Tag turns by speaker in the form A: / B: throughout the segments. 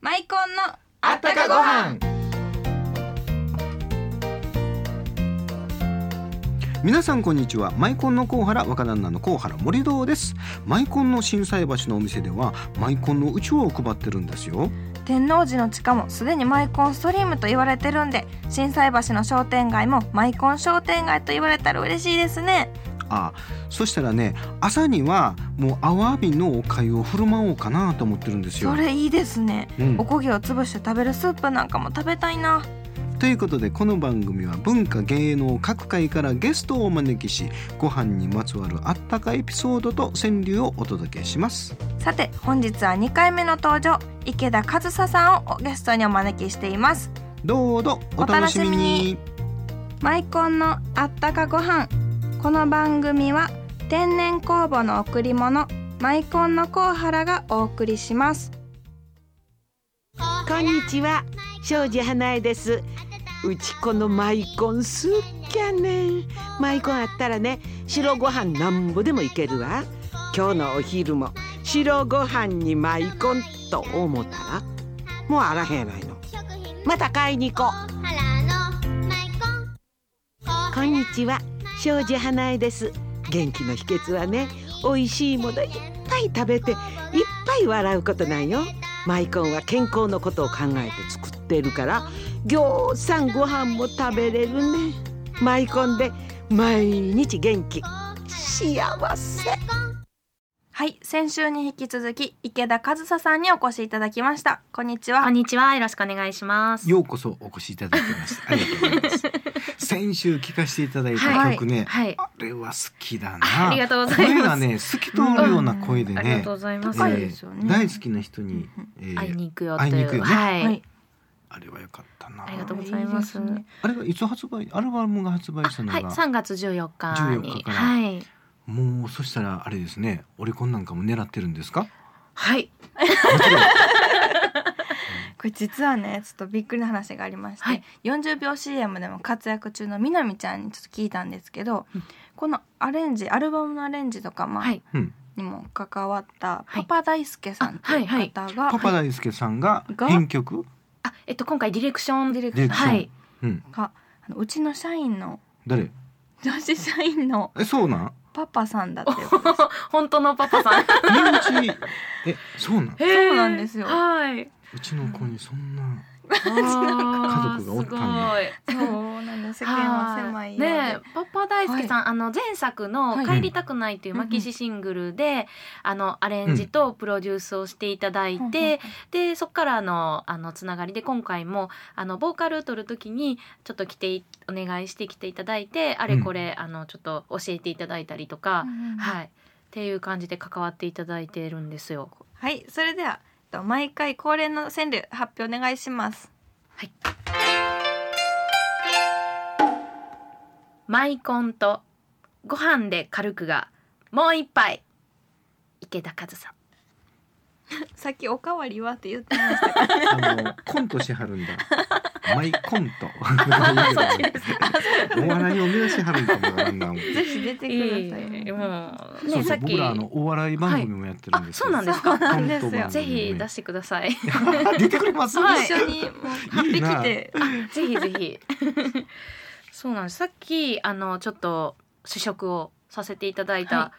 A: マイコンの
B: あったかご飯
C: 皆さんこんにちはマイコンのコウハラ若旦那のコウハラ森堂ですマイコンの心斎橋のお店ではマイコンのうちわを配ってるんですよ
A: 天王寺の地下もすでにマイコンストリームと言われてるんで心斎橋の商店街もマイコン商店街と言われたら嬉しいですね
C: あそしたらね朝にはもうアワビのお粥を振る舞おうかなと思ってるんですよ
A: それいいですね、
C: うん
A: おこげを潰して食べるスープなんかも食べたいな
C: ということでこの番組は文化芸能各界からゲストをお招きしご飯にまつわるあったかエピソードと川柳をお届けします
A: さて本日は2回目の登場池田和沙さんをゲストにお招きしています
C: どうぞお楽しみに
A: マイコンのあったかご飯この番組は天然酵母の贈り物マイコンのコウハラがお送りします
D: こんにちは庄司花江ですうちこのマイコンすっきゃねマイコンあったらね白ご飯なんぼでもいけるわ今日のお昼も白ご飯にマイコンと思ったらもうあらへんやないのまた買いに行こうこんにちは庄司花江です元気の秘訣はね美味しいものいっぱい食べていっぱい笑うことなんよマイコンは健康のことを考えて作ってるからぎょうさんご飯も食べれるねマイコンで毎日元気幸せ
A: はい先週に引き続き池田和沙さんにお越しいただきましたこんにちは
E: こんにちは。よろしくお願いします。
C: ようこそお越しいただきま したありがとうございます先週聴かせていただいた
E: はい
C: 曲ね、
E: はい。
C: あれは好きだな
E: ありがとうございます
C: 声がね透き通るような声で
E: ありが
C: ね、
E: とうございます。
A: 高いですよね
C: 大好きな人に、えー
E: 会いに行くよと
C: 会いに
E: い
C: 行く
E: う。
C: よね
E: はい、
A: はい
C: あれは良かったな
E: ありがとうございます。
A: いいですね
C: あれはいつ発売アルバムが発売
E: あ
C: したの
E: は
C: が、
E: い、3月14日に
C: 14日から
E: はい、
C: もうそしたらあれですねオリコンなんかも狙ってるん ですか
E: はい、
A: これ実はねちょっとびっくりな話がありまして、
E: はい
A: 40秒 CM でも活躍中のみなみちゃんにちょっと聞いたんですけど、
E: うん
A: このアレンジアルバムのアレンジとか、まあ
E: はい、
C: うん、
A: にも関わった
E: は
A: パ
E: い
A: パ大輔さんという
E: あ
A: 方が
C: パパ大輔さんが
A: が
C: 編曲、
E: あ、えっと今回ディレクション
A: ディレク
C: ション
E: はい、
C: うん、
A: があのうちの社員の
C: 誰
A: 女子社員の
C: えそうなん
A: パパさんだっていう ことです
E: 本当のパパさん、
C: 身 内えそうなん
E: そう
A: なんですよ
E: はい、
C: うちの子にそんな家
E: 家
C: 族がおったんや
A: そうなんです世間は狭いようで、
E: ねえパパ大輔さん、あの前作の
A: はい
E: 「帰りたくない」という
A: うん
E: マキシシングルで、あのアレンジとプロデュースをしていただいて、でそこからのあのつながりで今回もあのボーカルを取る時にちょっと来ていお願いして来ていただいてあれこれ、あのちょっと教えていただいたりとか、
A: はい、
E: はいっていう感じで関わっていただいてるんですよ。
A: はい、それではえっと毎回恒例の川柳発表お願いします
E: マイコンとご飯で軽くがもう一杯池田和さん
A: さっきおかわりはって言ってましたか
C: あのコントしはるんだマイコントお笑いを目指しはるんかもわからんな思っ て
A: ぜひ出てください、
E: ええもう
C: そう
E: ね
C: そ
E: さ
C: う
E: っき
C: 僕らあのお笑い番組もやってるんです
E: はいあそうなんですか
A: そうなんですよ
E: ぜひ出してください。
C: て出てくれます、
E: はい
A: 一緒 にもう買ってきて
E: ぜひぜひ。そうなんです。さっきあのちょっと試食をさせていただい
A: はい
E: た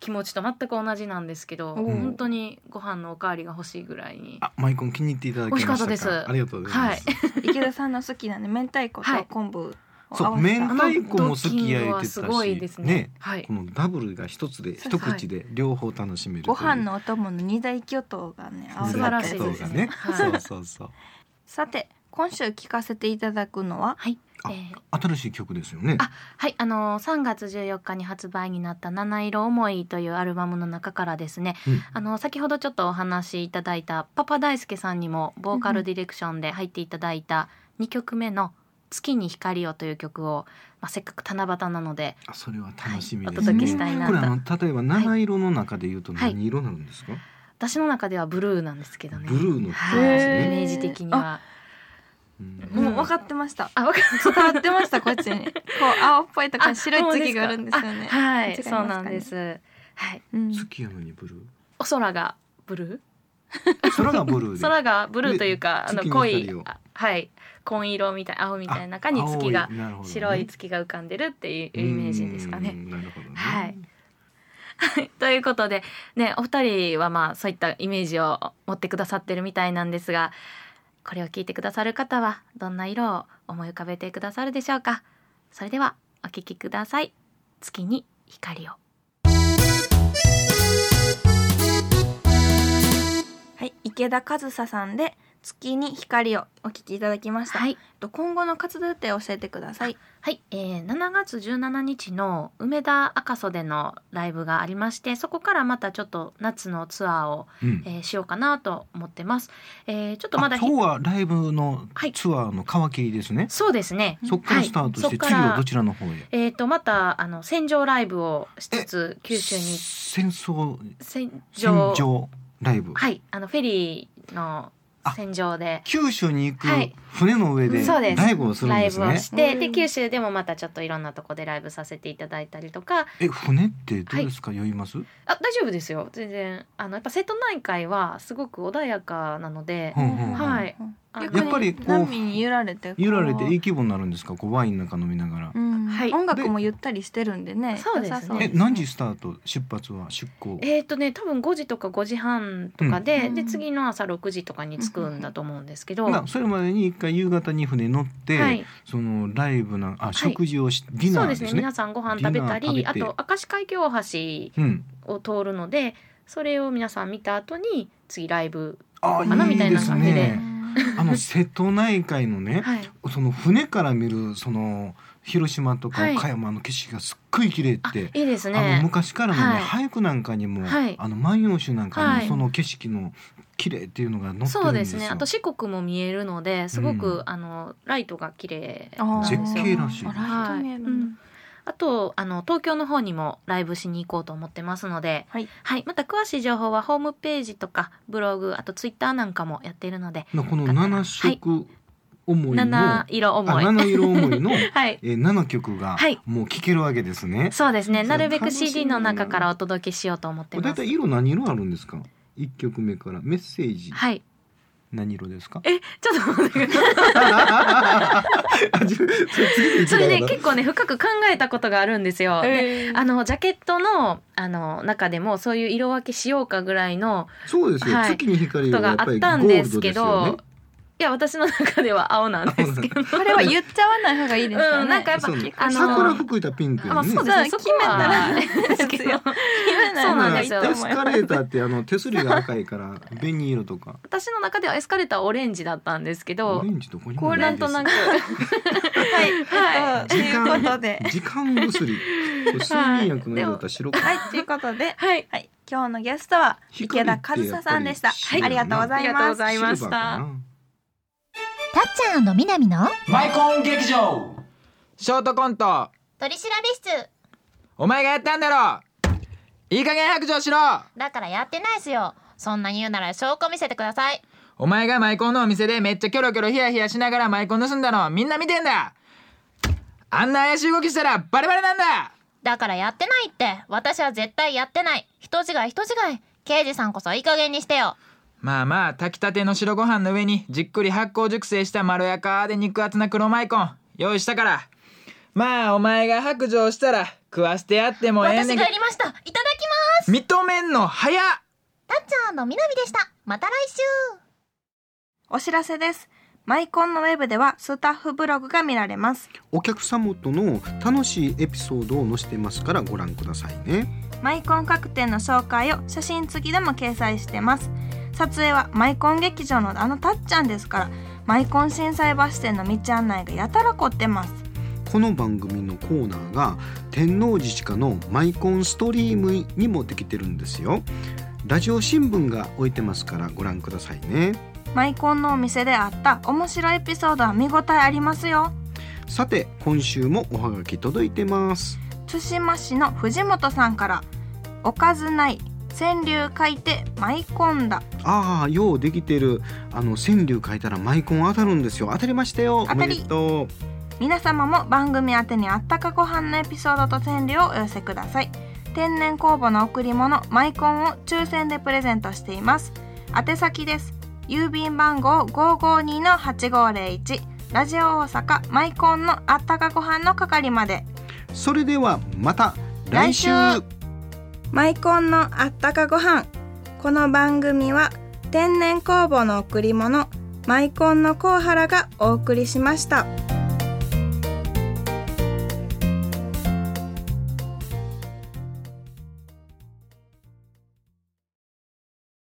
E: 気持ちと全く同じなんですけど、
A: おー
E: 本当にご飯のおかわりが欲しいぐらいに。
C: あマイコン気に入っていただきましたか
E: 美味しかったです
C: ありがとうございます、
A: 池田さんの好きなね明太子と昆布を合
C: そう
A: わせた、
C: 明
E: あ
C: 太
E: の
C: 子も好き焼いてたし
E: ドッキングはすごいですね。
C: ね
E: はい
C: こ。のダブルが一つで
A: そう
C: 一口で両方楽しめるとい
A: ご
C: う
A: 飯のお供の二大巨頭がね合わ
E: 素
A: さ
E: 晴
A: っ
E: ら
A: て
E: しい
C: そう
E: で
C: だ
E: す
C: ね
E: ね。
C: そ
E: は
C: う
E: い。
C: そうそう
A: さて今週聞かせていただくのは
E: はい。
C: あ
E: えー
C: 新しい曲ですよね
E: あはい、あのー3月14日に発売になった「七色思い」というアルバムの中からですね、
C: うん
E: あの先ほどちょっとお話しいただいたパパ大輔さんにもボーカルディレクションで入っていただいた2曲目の「月に光を」という曲を、まあ、せっかく七夕なので、
C: あそれは
E: はい
C: 楽しみ
E: お
C: です
E: 届けし
C: ね
E: たいな
C: ことれあの例えば七色の中で言うと
E: はい
C: 何色になるんですか
E: 私の中ではブルーなんですけどね
C: ブルーの
E: はい
A: へー
E: イメージ的には
C: うん
A: もう分かってました
E: あわかる
A: 伝わってましたこっちにこう青っぽいとか白い月があるんですよね
E: あは
A: 間違えま
E: い
A: すか
E: そ
A: ね
E: うなんですはい
A: うん
C: 月やのにブルー
E: お空がブルー
C: 空がブルーで。
E: 空がブルーというかあ
C: で
E: の
C: 月の
E: 濃
C: 光
E: い
C: を
E: あはい紺色みたいな青みたいな中に
C: あ
E: 月が
C: 青いなるほどね
E: 白い月が浮かんでるっていうイメージですか
C: う
E: ね。
C: んなるほどね。
E: はい。ということでねお二人はまあそういったイメージを持ってくださってるみたいなんですがこれを聞いてくださる方はどんな色を思い浮かべてくださるでしょうかそれではお聞きください月に光を
A: はい、池田和沙さんで月に光をお聞きいただきました。
E: はい
A: えっと今後の活動予定を教えてください。
E: はい、えー7月17日の梅田赤袖のライブがありましてそこからまたちょっと夏のツアーを、
C: うん
E: えーしようかなと思ってます、えーちょっとま
C: あ
E: だひ
C: 今日はライブのツアーの皮切りですね。
E: そうですね
C: そこからスタートして、
E: はいそっか
C: 次
E: ら
C: はどちらの方へ。
E: えー、とまたあの戦場ライブをしつつ九州に
C: 戦争
E: 戦
C: 戦
E: 場
C: 場ライブ。
E: はいあのフェリーの戦場で
C: 九州に行く
E: はい
C: 船の上で
E: そうです
C: ライブをするん
E: ライ
C: です
E: ブを
C: ね。
E: して、
A: う
E: で
A: ん
E: 九州でもまたちょっといろんなとこでライブさせていただいたりとか
C: え船ってどうですか、酔います？
E: あ大丈夫ですよ全然あのやっぱ瀬戸内海はすごく穏やかなので、
C: うんうんうん
E: はい。あの
C: やっぱりこう
A: 波に揺られてこう
C: 揺られていい気分になるんですか？こうワインなんか飲みながら
A: う。ん
E: はい
A: 音楽もゆったりしてるんでね。
E: そうですね
A: 良さそ
C: え何時スタート？出発は出港。
E: えーとね多分5時とか5時半とかで、
A: うん
E: で次の朝6時とかに着くんだと思うんですけど、
C: なそれまでに一回夕方に船乗って、
E: はい、
C: そのライブなあ
E: い
C: 食事をし、ディ
E: そ
C: ナ
E: う
C: ー
E: で
C: ですす
E: ね
C: ね。
E: 皆さんご飯食べたり
C: ディナー食べて
E: あと明石海峡大
C: うん。
E: 橋を通るのでそれを皆さん見た後に次ライブ
C: あ
E: 花みたいな感じで
C: いい すねあの瀬戸内海のね、
E: はい
C: その船から見るその広島とか
E: はい
C: 岡山の景色がすっごい綺麗
E: あ
C: って、
E: いいです
C: あの
E: ね
C: 昔からのね、
E: は
C: 俳句なんかにも、
E: はい
C: あの万葉集なんかにも
E: はい
C: その景色の綺麗っていうのが載って
E: そ
C: る
E: うん
C: で
E: ですす
C: よ。
E: ねあと四国も見えるのですごく、
C: うん
E: あのライトが綺麗
A: あ
E: なん
A: ー
E: です
C: 絶景
E: よ
C: らしい
A: あライト見える
E: はいうんあとあの東京の方にもライブしに行こうと思ってますので、
A: はい
E: また詳しい情報はホームページとかブログあとツイッターなんかもやっているので
C: この七色思いの、
E: 七色
C: あ
E: 思い
C: 七色思い の、え
E: はい
C: ー、7曲が
E: はい
C: もう聴けるわけですね。
E: そうですね
C: そう
E: なるべく
C: 楽しみ
E: CD の中からお届けしようと思って
C: だい
E: ま
C: た
E: す
C: い色何色あるんですか一曲目からメッセージ
E: はい
C: 何色ですか
E: えちょっと待って ください
C: あちょちょ次
E: それね
C: 行きたい
E: 結構ね深く考えたことがあるんですよ、であのジャケットのあの中でもそういう色分けしようかぐらいの
C: なそうですよ、
E: はい
C: 月に光
E: こと
C: がや
E: が
C: っ
E: あ
C: ぱりゴ
E: った
C: ー
E: ん
C: ルド
E: で
C: ですす
E: け
C: よ
E: ど
C: ね
E: いや私の中では青なんですけど
A: これは言っちゃわない方がいいですよね。
E: うんなんかやっぱ
C: そうね
E: あの
C: 桜吹くいたピンク
E: あま
C: や
E: あ
C: ね、
E: そうですね
A: そ
E: そうこは
A: 決めたら
E: ですけど
A: 言えい
E: そうなんです
A: 方
E: よ
A: がいい
C: エ
A: と
C: ス
A: 思い
C: カ
A: ます
C: レーターってあの手すりが赤い から紅色とか
E: 私の中ではエスカレーターはオレンジだったんですけ
C: オ
E: ど
C: レンジどこにも
A: こ
E: な
C: ない
E: ん
C: で
E: と
C: す
E: なく
A: はい、えっと、と
C: 時
A: いうこと
C: 間
A: で。
C: 時間 薬これ睡眠薬の色だったら白か、
A: はい、ということで、
E: はい
A: はい、今日のゲストは池田和沙さんでした。
C: 光
A: あ
C: っ
A: り
C: て
A: が
C: や
A: とう
C: っ
A: ござい
C: ぱり
E: ありがとう
A: ま
E: ご
A: す。
E: ざいまし
C: シルバーか。
E: た
C: な
B: たっちゃんみなみの
F: マイコン劇場
G: ショートコント
H: 取り調べ室
G: お前がやったんだろいい加減白状しろ
H: だからやってないっすよそんなに言うなら証拠見せてください
G: お前がマイコンのお店でめっちゃキョロキョロヒヤヒヤしながらマイコン盗んだのみんな見てんだあんな怪しい動きしたらバレバレなんだ
H: だからやってないって私は絶対やってない人違い人違い刑事さんこそいい加減にしてよ
G: まあまあ炊きたての白ご飯の上にじっくり発酵熟成したまろやかで肉厚な黒マイコン用意したからまあお前が白状したら食わしてやってもええ
H: 私
G: ねん
H: が
G: け
H: やりましたいただきます
G: 認めんの早った
H: っちゃんのみなみでしたまた来週
A: お知らせです。マイコンのウェブではスタッフブログが見られます。
C: お客様との楽しいエピソードを載せてますからご覧くださいね
A: マイコン各店の紹介を写真付きでも掲載してます。撮影はマイコン劇場のあのたっちゃんですから、マイコン震災バス店の道案内がやたら凝ってます。
C: この番組のコーナーが天王寺地下のマイコンストリームにもできてるんですよラジオ新聞が置いてますからご覧くださいね
A: マイコンのお店であった面白いエピソードは見応えありますよ。
C: さて今週もおはがき届いてます
A: 対馬市の藤本さんから「おかずない川柳書いて舞い込んだ
C: ああようできてるあの川柳書いたらマイコン当たるんですよ当たりましたよ
A: 当たり
C: おめでとう」
A: 皆様も番組宛てにあったかご飯のエピソードと川柳をお寄せください天然酵母の贈り物マイコンを抽選でプレゼントしています宛先です郵便番号552-8501ラジオ大阪マイコンのあったかご飯の係まで
C: それではまた
A: 来
C: 来
A: 週
C: 週
A: マイコンのあったかご飯この番組は天然酵母の贈り物マイコンのコウハラがお送りしました。